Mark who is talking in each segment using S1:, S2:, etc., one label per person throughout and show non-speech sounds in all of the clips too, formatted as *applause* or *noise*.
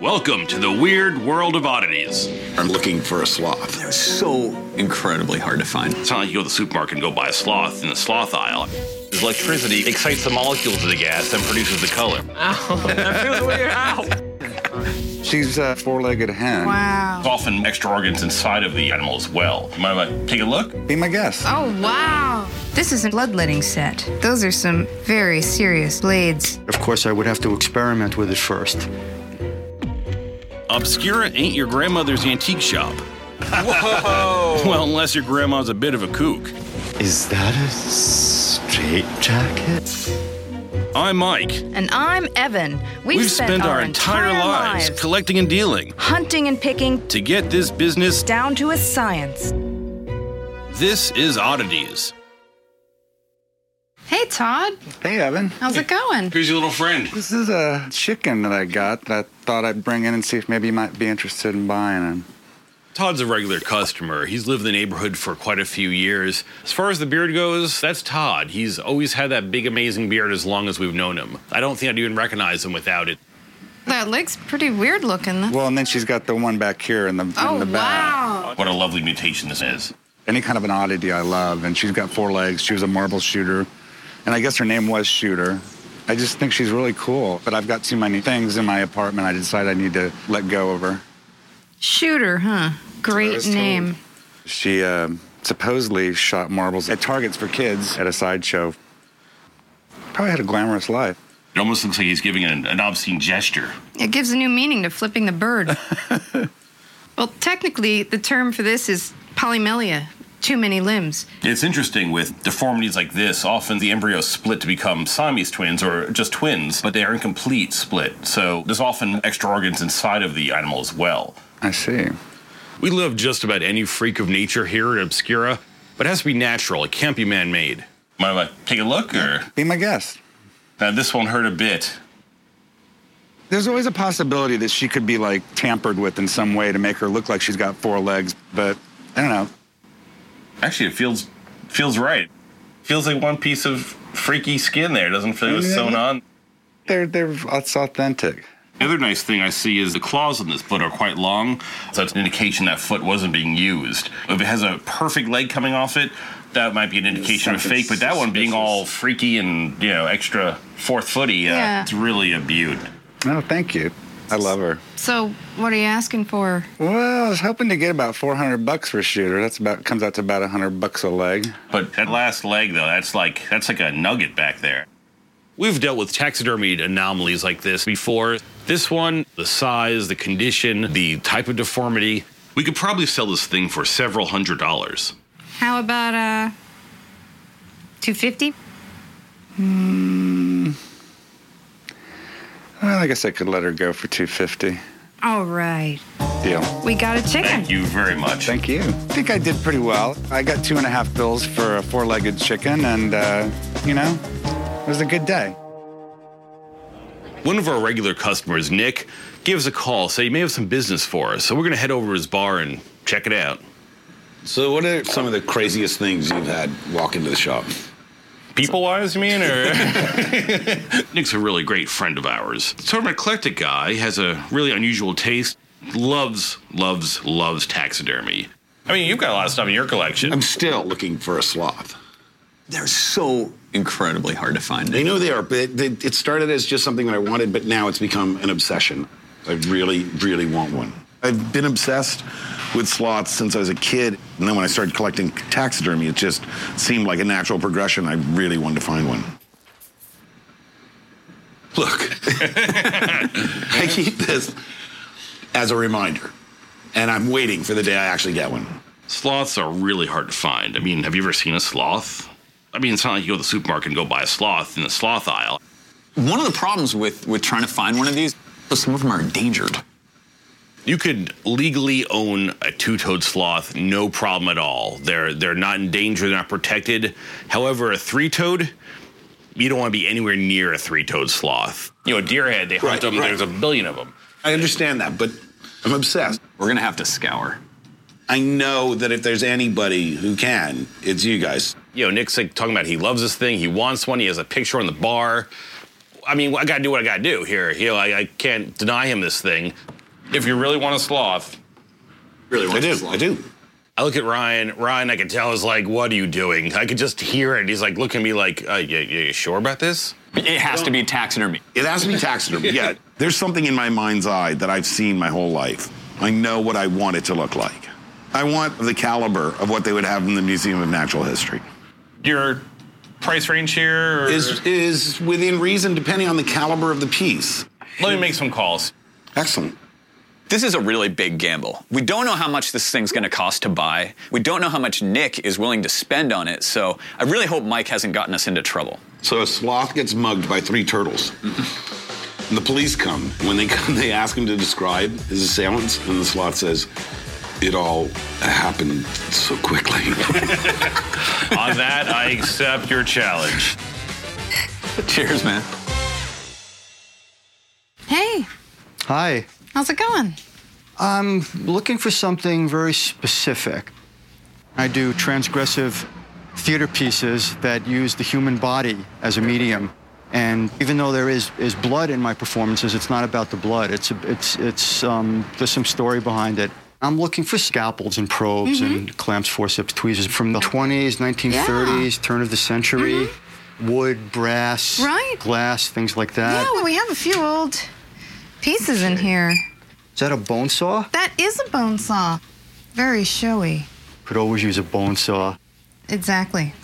S1: Welcome to the weird world of oddities.
S2: I'm looking for a sloth.
S3: They're so Oh, incredibly hard to find.
S1: It's not like you go to the supermarket and go buy a sloth in the sloth aisle. Electricity excites the molecules of the gas and produces the color.
S4: Ow, *laughs* that feels weird. Ow.
S2: She's a four legged hen.
S1: There's
S5: Wow.
S1: often extra organs inside of the animal as well. You might want to take a look.
S2: Be my guest.
S5: Oh, wow. This is a bloodletting set. Those are some very serious blades.
S6: Of course, I would have to experiment with it first.
S1: Obscura ain't your grandmother's antique shop.
S4: Whoa.
S1: *laughs* Well, unless your grandma's a bit of a kook.
S6: Is that a straight jacket?
S1: I'm Mike.
S5: And I'm Evan. We've,
S1: We've, spent, our entire, lives collecting and dealing
S5: hunting and picking
S1: to get this business.
S5: down to a science.
S1: This is Oddities.
S5: Hey, Todd.
S2: Hey, Evan.
S5: How's it going?
S1: Here's your little friend.
S2: This is a chicken that I got that I thought I'd bring in and see if maybe you might be interested in buying him.
S1: Todd's a regular customer. He's lived in the neighborhood for quite a few years. As far as the beard goes, that's Todd. He's always had that big, amazing beard as long as we've known him. I don't think I'd even recognize him without it.
S5: That leg's pretty weird looking.
S2: Well, and then she's got the one back here in the, in
S5: oh,
S2: the back.
S5: wow.
S1: What a lovely mutation this is.
S2: Any kind of an oddity I love. And she's got four legs. She was a marble shooter. And I guess her name was Shooter. I just think she's really cool. But I've got too many things in my apartment. I decided I need to let go of her.
S5: Shooter, huh? Great name.
S2: She uh, supposedly shot marbles at targets for kids at a sideshow. Probably had a glamorous life.
S1: It almost looks like he's giving an, an obscene gesture.
S5: It gives a new meaning to flipping the
S2: *laughs*
S5: bird. well, technically, the term for this is polymelia, too many limbs.
S1: It's interesting with deformities like this, often the embryos split to become Siamese twins or just twins, but they are incomplete split. So there's often extra organs inside of the animal as well.
S2: I see.
S1: We love just about any freak of nature here at Obscura, but it has to be natural. It can't be man made. Might I take a look or?
S2: Be my guest.
S1: Now, this won't hurt a bit.
S2: There's always a possibility that she could be like tampered with in some way to make her look like she's got four legs, but I don't know.
S1: Actually, it feels feels right. Feels like one piece of freaky skin there. Doesn't feel
S2: Yeah. sewn
S1: on.
S2: They're they're it's authentic.
S1: The other nice thing I see is the claws on this foot are quite long, so it's an indication that foot wasn't being used. If it has a perfect leg coming off it, that might be an indication of
S2: something
S1: fake, but that one being all freaky and, you know, extra fourth footy, uh,
S5: Yeah.
S1: it's really a beaut.
S2: No, thank you. I love her.
S5: So, what are you asking for?
S2: Well, I was hoping to get about 400 bucks for shooter. That's about comes out to about 100 bucks a leg.
S1: But that last leg though, that's like that's like a nugget back there. We've dealt with taxidermied anomalies like this before. This one, the size, the condition, the type of deformity. We could probably sell this thing for several hundred dollars.
S5: How about uh, two fifty?
S2: Hmm. Well, I guess I could let her go for 250.
S5: All right,
S2: Deal.
S5: we got a chicken.
S1: Thank you very much.
S2: Thank you. I think I did pretty well. I got two and a half bills for a four-legged chicken, and uh, you know, it was a good day.
S1: One of our regular customers, Nick, gave us a call, said he may have some business for us. So we're going to head over to his bar and check it out.
S7: So, what are some of the craziest things you've had walk into the shop?
S1: People wise, you mean? Or? *laughs* Nick's a really great friend of ours. Sort of an eclectic guy, has a really unusual taste, loves, loves, loves taxidermy. I mean, you've got a lot of stuff in your collection.
S7: I'm still looking for a
S1: *laughs*
S7: sloth.
S3: They're so incredibly hard to find.
S7: I know they are, but it, it- it started as just something that I wanted, but now it's become an obsession. I really, really want one. I've been obsessed with sloths since I was a kid, and then when I started collecting taxidermy, it just seemed like a natural progression. I really wanted to find one. Look, *laughs* I keep this as a reminder, and I'm waiting for the day I actually get one.
S1: Sloths are really hard to find. I mean, have you ever seen a sloth? I mean, it's not like you go to the supermarket and go buy a sloth in the sloth aisle.
S3: One of the problems with, with trying to find one of these, is some of them are endangered.
S1: You could legally own a two-toed sloth, no problem at all. They're they're not in danger, they're not protected. However, a three-toed, you don't want to be anywhere near a three-toed sloth. You know, deer head, they hunt
S7: Right,
S1: them.
S7: right.
S1: There's a billion of them.
S7: I understand that, but I'm obsessed.
S3: We're gonna have to scour.
S7: I know that if there's anybody who can, it's you guys.
S1: You know, Nick's like talking about he loves this thing, he wants one, he has a picture on the bar. I mean, I got to do what I got to do here. You know, I, I can't deny him this thing. If you really want a sloth,
S7: really
S1: want
S7: I
S1: a
S7: do. I do.
S1: I look at Ryan. Ryan, I can tell is like, "What are you doing?" I could just hear it. He's like looking at me like, uh, you, you you sure about this?"
S3: It has to be taxidermy.
S7: It has to be taxidermy. yeah. There's something in my mind's eye that I've seen my whole life. I know what I want it to look like. I want the caliber of what they would have in the Museum of Natural History.
S8: Your price range here or-
S7: Is is within reason depending on the caliber of the piece.
S1: Let me make some calls.
S7: Excellent.
S3: This is a really big gamble. We don't know how much this thing's gonna cost to buy. We don't know how much Nick is willing to spend on it, so I really hope Mike hasn't gotten us into trouble.
S7: So a sloth gets mugged by three turtles. And the police come. When they come, they ask him to describe his assailants, and the sloth says, It all happened so quickly.
S1: On that, I accept your
S7: *laughs*
S1: challenge.
S3: Cheers, man.
S5: Hey,
S6: Hi.
S5: how's it going?
S6: I'm looking for something very specific. I do transgressive theater pieces that use the human body as a medium. And even though there is, is blood in my performances, it's not about the blood. It's, it's, it's, um, there's some story behind it. I'm looking for scalpels and probes
S5: Mm-hmm.
S6: and clamps, forceps, tweezers from the 20s, 1930s, turn of the century, wood, brass,
S5: Mm-hmm. Right.
S6: glass, things like that.
S5: yeah, well, we have a few old pieces in here.
S6: Is that a bone saw?
S5: That is a bone saw. Very showy.
S6: Could always use a bone saw.
S5: Exactly.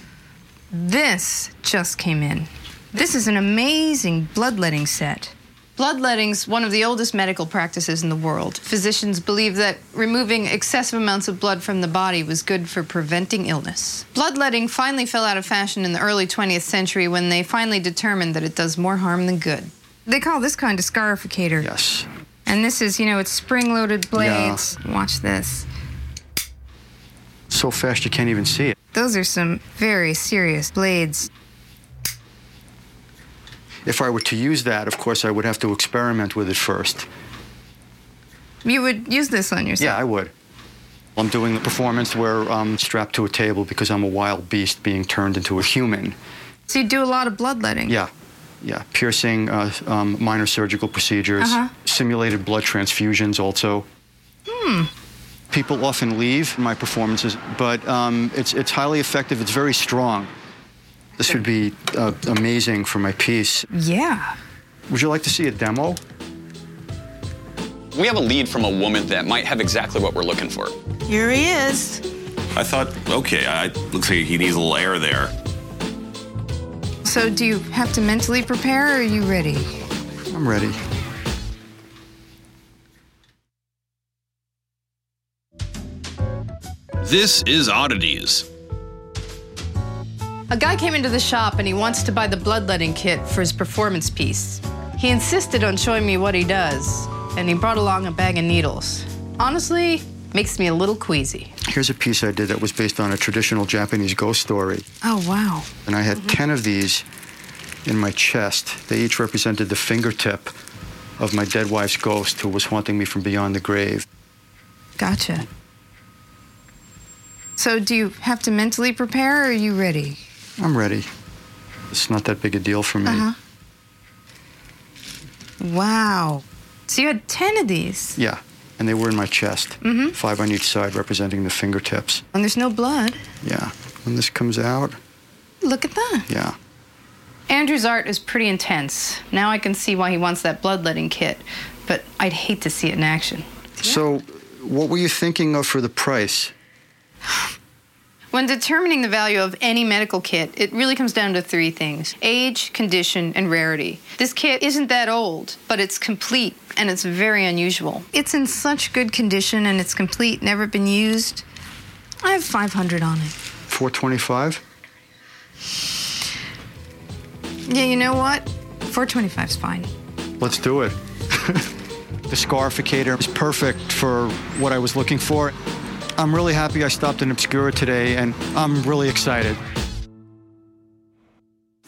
S5: This just came in. This is an amazing bloodletting set. Bloodletting's one of the oldest medical practices in the world. Physicians believed that removing excessive amounts of blood from the body was good for preventing illness. Bloodletting finally fell out of fashion in the early 20th century when they finally determined that it does more harm than good. They call this kind a scarificator.
S6: Yes.
S5: And this is, you know, it's spring loaded blades. Watch this.
S6: So fast you can't even see it.
S5: Those are some very serious blades.
S6: If I were to use that, of course, I would have to experiment with it first.
S5: You would use this on yourself.
S6: Yeah, I would. I'm doing a performance where I'm strapped to a table because I'm a wild beast being turned into a human.
S5: So you do a lot of bloodletting.
S6: Yeah, yeah. Piercing, uh, um, minor surgical procedures,
S5: Uh-huh.
S6: simulated blood transfusions, also.
S5: Hmm.
S6: People often leave my performances, but um, it's, it's highly effective. It's very strong. This would be uh, amazing for my piece.
S5: Yeah.
S6: Would you like to see a demo?
S3: *laughs* We have a lead from a woman that might have exactly what we're looking for.
S9: Here he is.
S8: I thought, okay, I, looks like he needs a little air there.
S5: So do you have to mentally prepare or are you ready?
S6: I'm ready.
S1: This is oddities.
S5: A guy came into the shop and he wants to buy the bloodletting kit for his performance piece. He insisted on showing me what he does, and he brought along a bag of needles. Honestly, makes me a little queasy.
S6: Here's a piece I did that was based on a traditional Japanese ghost story.
S5: Oh, wow.
S6: and I had 10 of these in my chest. They each represented the fingertip of my dead wife's ghost who was haunting me from beyond the grave.
S5: Gotcha. So do you have to mentally prepare or are you ready?
S6: I'm ready. It's not that big a deal for me.
S5: Uh-huh. Wow. So you had 10 of these,
S6: Yeah, and they were in my chest.
S5: Mhm.
S6: Five on each side representing the fingertips.
S5: and there's no blood.
S6: Yeah. When this comes out,
S5: Look at that.
S6: yeah.
S5: Andrew's art is pretty intense. Now I can see why he wants that bloodletting kit, but I'd hate to see it in action.
S6: So, what were you thinking of for the price?
S5: When determining the value of any medical kit, it really comes down to three things age, condition, and rarity. This kit isn't that old, but it's complete and it's very unusual. It's in such good condition and it's complete, never been used. I have 500 on it.
S6: 425?
S5: Yeah, you know what? 425 is fine.
S6: Let's do it. *laughs* the scarificator is perfect for what I was looking for. I'm really happy I stopped in Obscura today, and I'm really excited.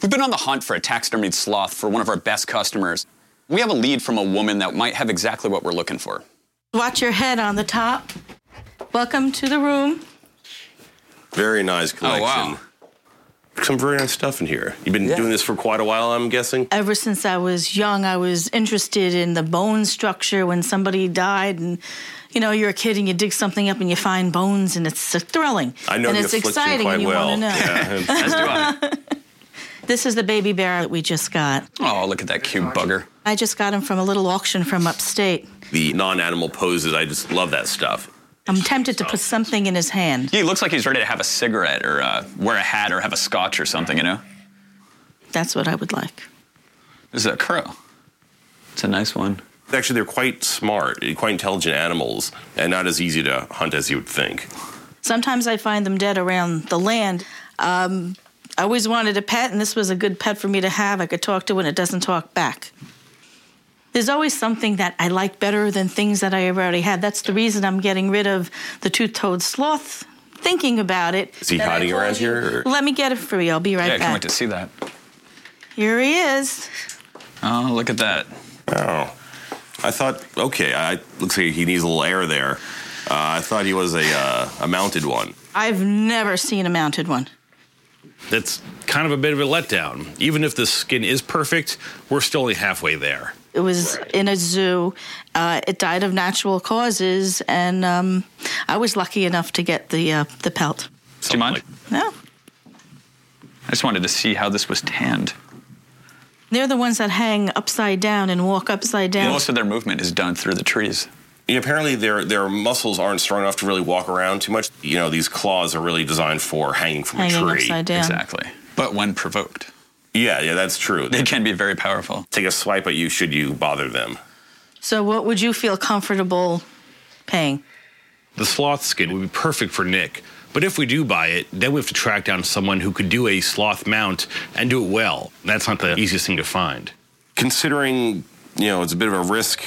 S3: We've been on the hunt for a taxidermied sloth for one of our best customers. We have a lead from a woman that might have exactly what we're looking for.
S9: Watch your head on the top. Welcome to the room.
S1: Oh,
S8: Very nice collection.
S3: wow.
S1: Some very nice stuff in here. You've been
S9: Yeah.
S1: doing this for quite a while, I'm guessing.
S9: Ever since I was young, I was interested in the bone structure when somebody died. And, you know, you're a kid and you dig something up and you find bones and it's thrilling.
S1: I know
S9: and
S1: the
S9: it's
S1: affliction
S9: exciting
S1: quite
S9: and you
S1: well.
S9: want to know. *laughs*
S1: Yeah. As do
S9: This is the baby bear that we just got.
S1: Oh, look at
S3: *laughs*
S1: that cute bugger.
S9: I just got him from a little auction from upstate.
S1: The non animal poses, I just love that stuff.
S9: I'm tempted to put something in his hand.
S3: He looks like he's ready to have a cigarette or uh, wear a hat or have a scotch or something, you know?
S9: That's what I would like.
S3: This is a crow. It's a nice one.
S1: Actually, they're quite smart, quite intelligent animals, and not as easy to hunt as you would think.
S9: Sometimes I find them dead around the land. Um, I always wanted a pet, and this was a good pet for me to have. I could talk to it, and it doesn't talk back. There's always something that I like better than things that I already had. That's the reason I'm getting rid of the two-toed sloth. Thinking about it,
S1: Is he
S9: Then I
S1: hiding
S9: told
S1: around
S9: you-
S1: here, or-
S9: Let me get it for you. I'll be right
S3: yeah, I can't
S9: back.
S3: wait to see that.
S9: Here he is.
S3: Oh, look at that.
S1: Oh, I thought okay. I looks like he needs a little air there. Uh, I thought he was a uh, a mounted one.
S9: I've never seen a mounted one.
S10: That's kind of a bit of a letdown. Even if the skin is perfect, we're still only halfway there.
S9: It was in a zoo. Uh, it died of natural causes, and um, I was lucky enough to get the uh, the pelt.
S3: Do you mind?
S9: No,
S3: I just wanted to see how this was tanned.
S9: they're the ones that hang upside down and walk upside down.
S1: of their movement is done through the trees. apparently, their their muscles aren't strong enough to really walk around too much. You know, these claws are really designed for hanging from
S9: Hanging
S1: a tree.
S9: upside down. Exactly.
S1: but when provoked. Yeah, yeah, that's true. They can be very powerful. Take a swipe at you should you bother them.
S9: So, what would you feel comfortable paying?
S10: The sloth skin would be perfect for Nick, but if we do buy it, then we have to track down someone who could do a sloth mount and do it well. That's not the easiest thing to find.
S1: Considering you know it's a bit of a risk.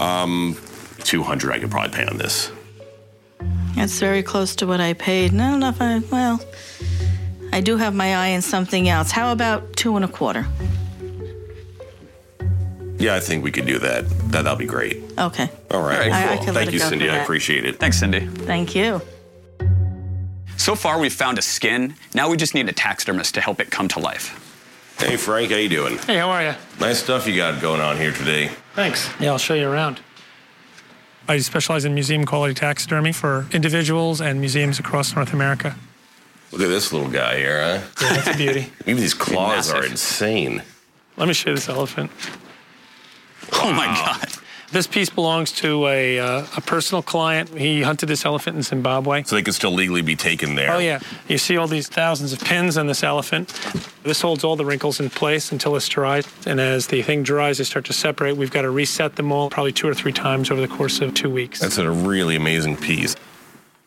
S1: Um, Two hundred, I could probably pay on this.
S9: That's very close to what I paid. And I don't know if I well. I do have my eye on something else. How about two and a quarter?
S1: Yeah, I think we could do that. That that'll be great.
S9: Okay.
S1: All right.
S9: All right, I- I
S1: cool.
S9: could let
S1: Thank
S9: it
S1: you,
S9: go for
S1: Cindy. I
S9: that.
S1: appreciate it.
S3: Thanks, Cindy.
S9: Thank you.
S3: So far, we've found a skin. Now we just need a taxidermist to help it come to life.
S1: Hey, Frank, how you doing?
S11: Hey, how are you?
S1: Nice stuff you got going on here today.
S11: Thanks. Yeah, I'll show you around. I specialize in museum quality taxidermy for individuals and museums across North America.
S1: Look at this little guy here, huh?
S11: Yeah, that's a
S1: *laughs*
S11: beauty.
S1: Even these claws are insane.
S11: Let me show you this elephant.
S3: Oh my God.
S11: This piece belongs to a, uh, a personal client. He hunted this elephant in Zimbabwe.
S1: So they could still legally be taken there.
S11: Oh, yeah. You see all these thousands of pins on this elephant. This holds all the wrinkles in place until it's dries. And as the thing dries, they start to separate. We've got to reset them all probably two or three times over the course of two weeks.
S1: That's a really amazing piece.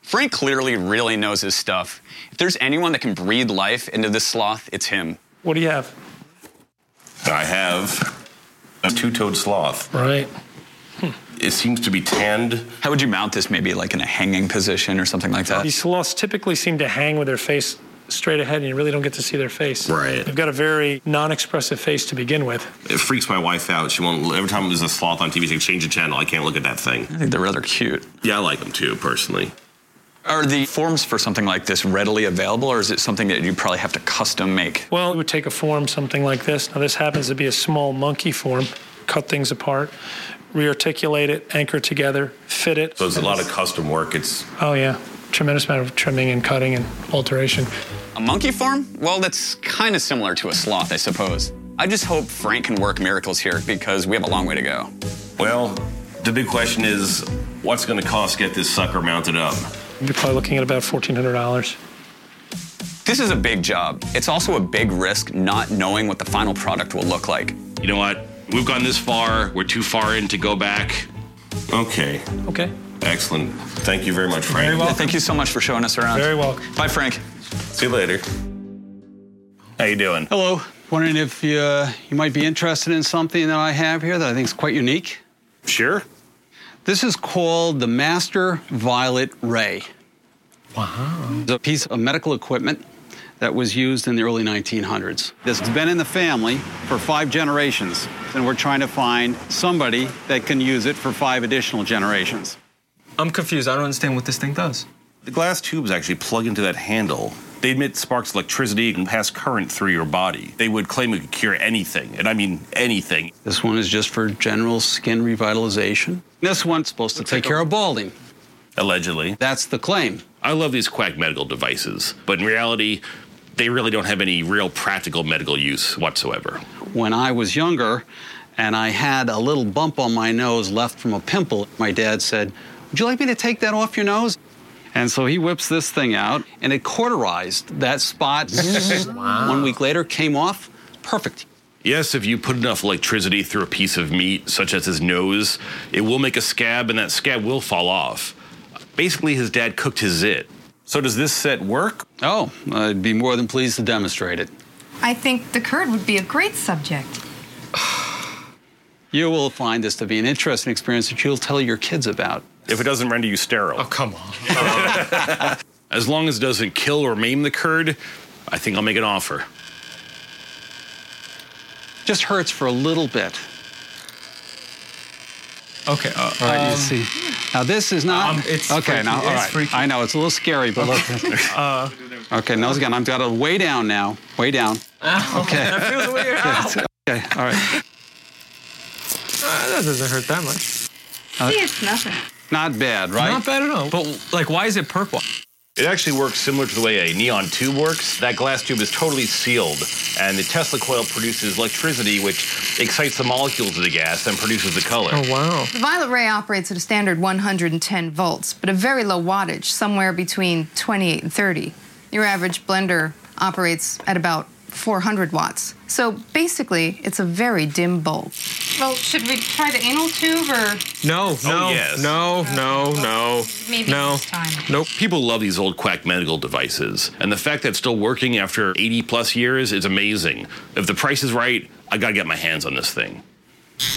S3: Frank clearly really knows his stuff. If there's anyone that can breathe life into this sloth, it's him.
S11: What do you have?
S1: I have a two-toed sloth.
S11: Right.
S1: It seems to be tanned.
S3: How would you mount this? Maybe like in a hanging position or something like that?
S11: These sloths typically seem to hang with their face straight ahead, and you really don't get to see their face.
S1: Right.
S11: They've got a very non-expressive face to begin with.
S1: It freaks my wife out. She won't. Every time there's a sloth on TV, she change the channel. I can't look at that thing.
S3: I think they're rather cute.
S1: Yeah, I like them too, personally.
S3: Are the forms for something like this readily available, or is it something that you probably have to custom make?
S11: Well, it would take a form something like this. Now, this happens to be a small monkey form. Cut things apart, rearticulate it, anchor together, fit it.
S1: So it's a lot of custom work. It's
S11: Oh yeah, tremendous amount of trimming and cutting and alteration.
S3: A monkey farm? Well, that's kind of similar to a sloth, I suppose. I just hope Frank can work miracles here because we have a long way to go.
S1: well, the big question is, what's going to cost to get this sucker mounted up?
S11: You're probably looking at about fourteen hundred dollars.
S3: This is a big job. It's also a big risk not knowing what the final product will look like.
S10: You know what? We've gone this far. We're too far in to go back.
S1: Okay.
S11: Okay.
S1: Excellent. Thank you very much, Frank.
S11: Very welcome.
S3: Thank you so much for showing us around.
S11: Very welcome.
S3: Bye, Frank.
S1: See you later. How you doing?
S12: Hello. Wondering if you, uh, you might be interested in something that I have here that I think is quite unique.
S1: Sure.
S12: This is called the Master Violet Ray. Wow. It's a piece of medical equipment that was used in the early 1900s. This has been in the family for five generations, and we're trying to find somebody that can use it for five additional generations.
S13: I'm confused. I don't understand what this thing does.
S1: The glass tubes actually plug into that handle, They admit sparks electricity and pass current through your body. They would claim it could cure anything, and I mean anything.
S12: This one is just for general skin revitalization. This one's supposed to take care of balding.
S1: Allegedly.
S12: That's the claim.
S1: I love these quack medical devices, but in reality, they really don't have any real practical medical use whatsoever.
S12: When I was younger and I had a little bump on my nose left from a pimple, my dad said, Would you like me to take that off your nose? And so he whips this thing out and it cauterized that *laughs* spot. One week later, came off. Perfect.
S1: Yes, if you put enough electricity through a piece of meat, such as his nose, it will make a scab and that scab will fall off. Basically, his dad cooked his zit. So, does this set work?
S12: Oh, I'd be more than pleased to demonstrate it.
S5: I think the curd would be a great subject.
S12: You will find this to be an interesting experience that you'll tell your kids about.
S1: If it doesn't render you sterile. Oh,
S12: come on.
S1: *laughs* As long as it doesn't kill or maim the curd, I think I'll make an offer.
S12: Just hurts for a little bit.
S14: Okay. Uh,
S12: All right, you
S14: um,
S12: see. Now this is not.
S14: Um, it's
S12: okay.
S14: freaky.
S12: Now, all
S14: It's
S12: right.
S14: freaky.
S12: I know it's a little scary, but look.
S14: *laughs* uh,
S12: okay. Nose again. I've got to way down now. Way down.
S3: Ah,
S12: Okay.
S14: That feels
S12: *laughs*
S14: weird.
S12: Okay. okay. All right.
S14: Uh, that doesn't hurt that much.
S12: Uh,
S5: it's nothing.
S12: not bad, right?
S14: Not bad at all. But like, why is it purple?
S1: It actually works similar to the way a neon tube works. That glass tube is totally sealed, and the Tesla coil produces electricity, which excites the molecules of the gas and produces the color.
S14: Oh, wow.
S5: The violet ray operates at a standard 110 volts, but a very low wattage, somewhere between 28 and 30. Your average blender operates at about 400 watts. So basically, it's a very dim bulb. Well, should we try the anal tube or?
S14: No,
S1: no, no, no, no,
S5: Maybe no. this time.
S1: Nope. People love these old quack medical devices, and the fact that it's still working after 80 plus years is amazing. If the price is right, I gotta get my hands on this thing.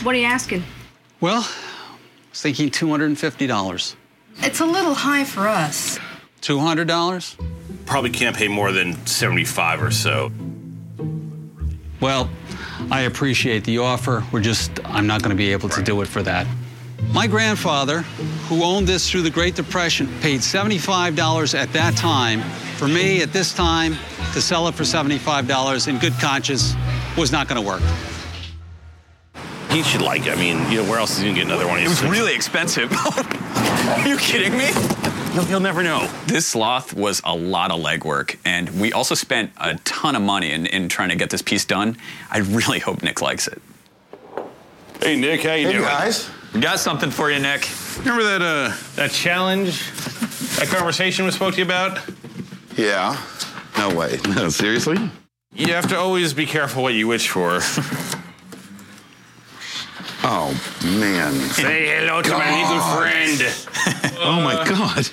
S5: What are you asking?
S12: Well, I was thinking two hundred and fifty dollars.
S5: It's a little high for us.
S12: Two hundred dollars.
S1: Probably can't pay more than 75 or so.
S12: Well, I appreciate the offer. We're just, I'm not going to be able to do it for that. My grandfather, who owned this through the Great Depression, paid $75 at that time. For me, at this time, to sell it for $75 in good conscience was not going to work.
S1: He should like it. I mean, you know, where else is he gonna get another one? of
S3: It
S1: these
S3: was
S1: things?
S3: really expensive. *laughs* Are you kidding me?
S1: You'll never know.
S3: This sloth was a lot of legwork, and we also spent a ton of money in, in trying to get this piece done. I really hope Nick likes it.
S8: Hey, Nick, how you
S3: Hey,
S8: doing?
S3: guys. We got something for you, Nick.
S8: Remember that uh that challenge? That conversation we spoke to you about?
S7: Yeah. No way. *laughs* No, seriously?
S8: You have to always be careful what you wish for.
S7: *laughs* Oh, man.
S8: Say hello to my little friend.
S7: Oh my God.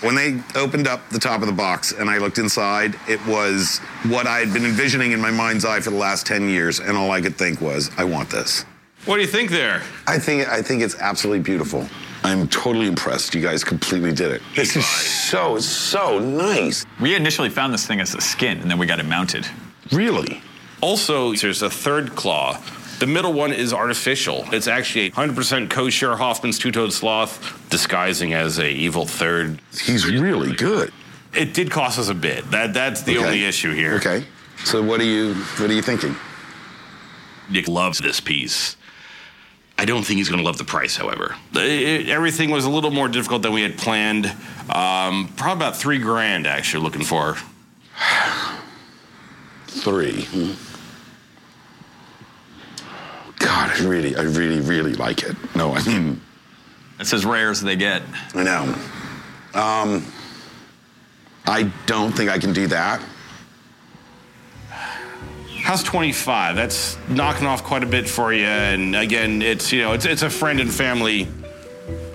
S7: When they opened up the top of the box and I looked inside, it was what I had been envisioning in my mind's eye for the last 10 years. And all I could think was, I want this.
S8: What do you think there?
S7: I think, I think it's absolutely beautiful. I'm totally impressed. You guys completely did it. This is so, so nice.
S3: We initially found this thing as a skin, and then we got it mounted.
S7: Really?
S1: Also, there's a third claw. The middle one is artificial. It's actually 100% kosher Hoffman's two-toed sloth disguising as a evil third.
S7: He's really good.
S1: It did cost us a bit. That that's the
S7: Okay.
S1: only issue here.
S7: Okay. So what are you, what are you thinking?
S1: Nick loves this piece. I don't think he's going to love the price, however. It- everything was a little more difficult than we had planned. Um, probably about three grand, actually, looking for.
S7: Three. hmm. God, I really, I really, really like it. No, I mean,
S3: It's as rare as they get.
S7: I know. Um, I don't think I can do that.
S1: How's 25? That's knocking off quite a bit for you. And again, it's, you know, it's, it's a friend and family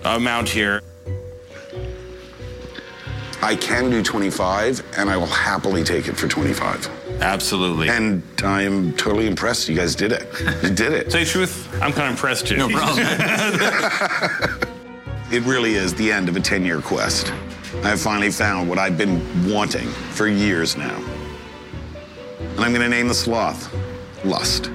S1: amount here.
S7: I can do 25, and I will happily take it for 25.
S1: Absolutely.
S7: And I'm totally impressed. You guys did it. You did it.
S1: *laughs* Say truth, I'm kind of impressed too.
S7: No problem.
S8: *laughs*
S1: *laughs*
S7: It really is the end of a 10 year quest. I have finally found what I've been wanting for years now. And I'm going to name the sloth Lust.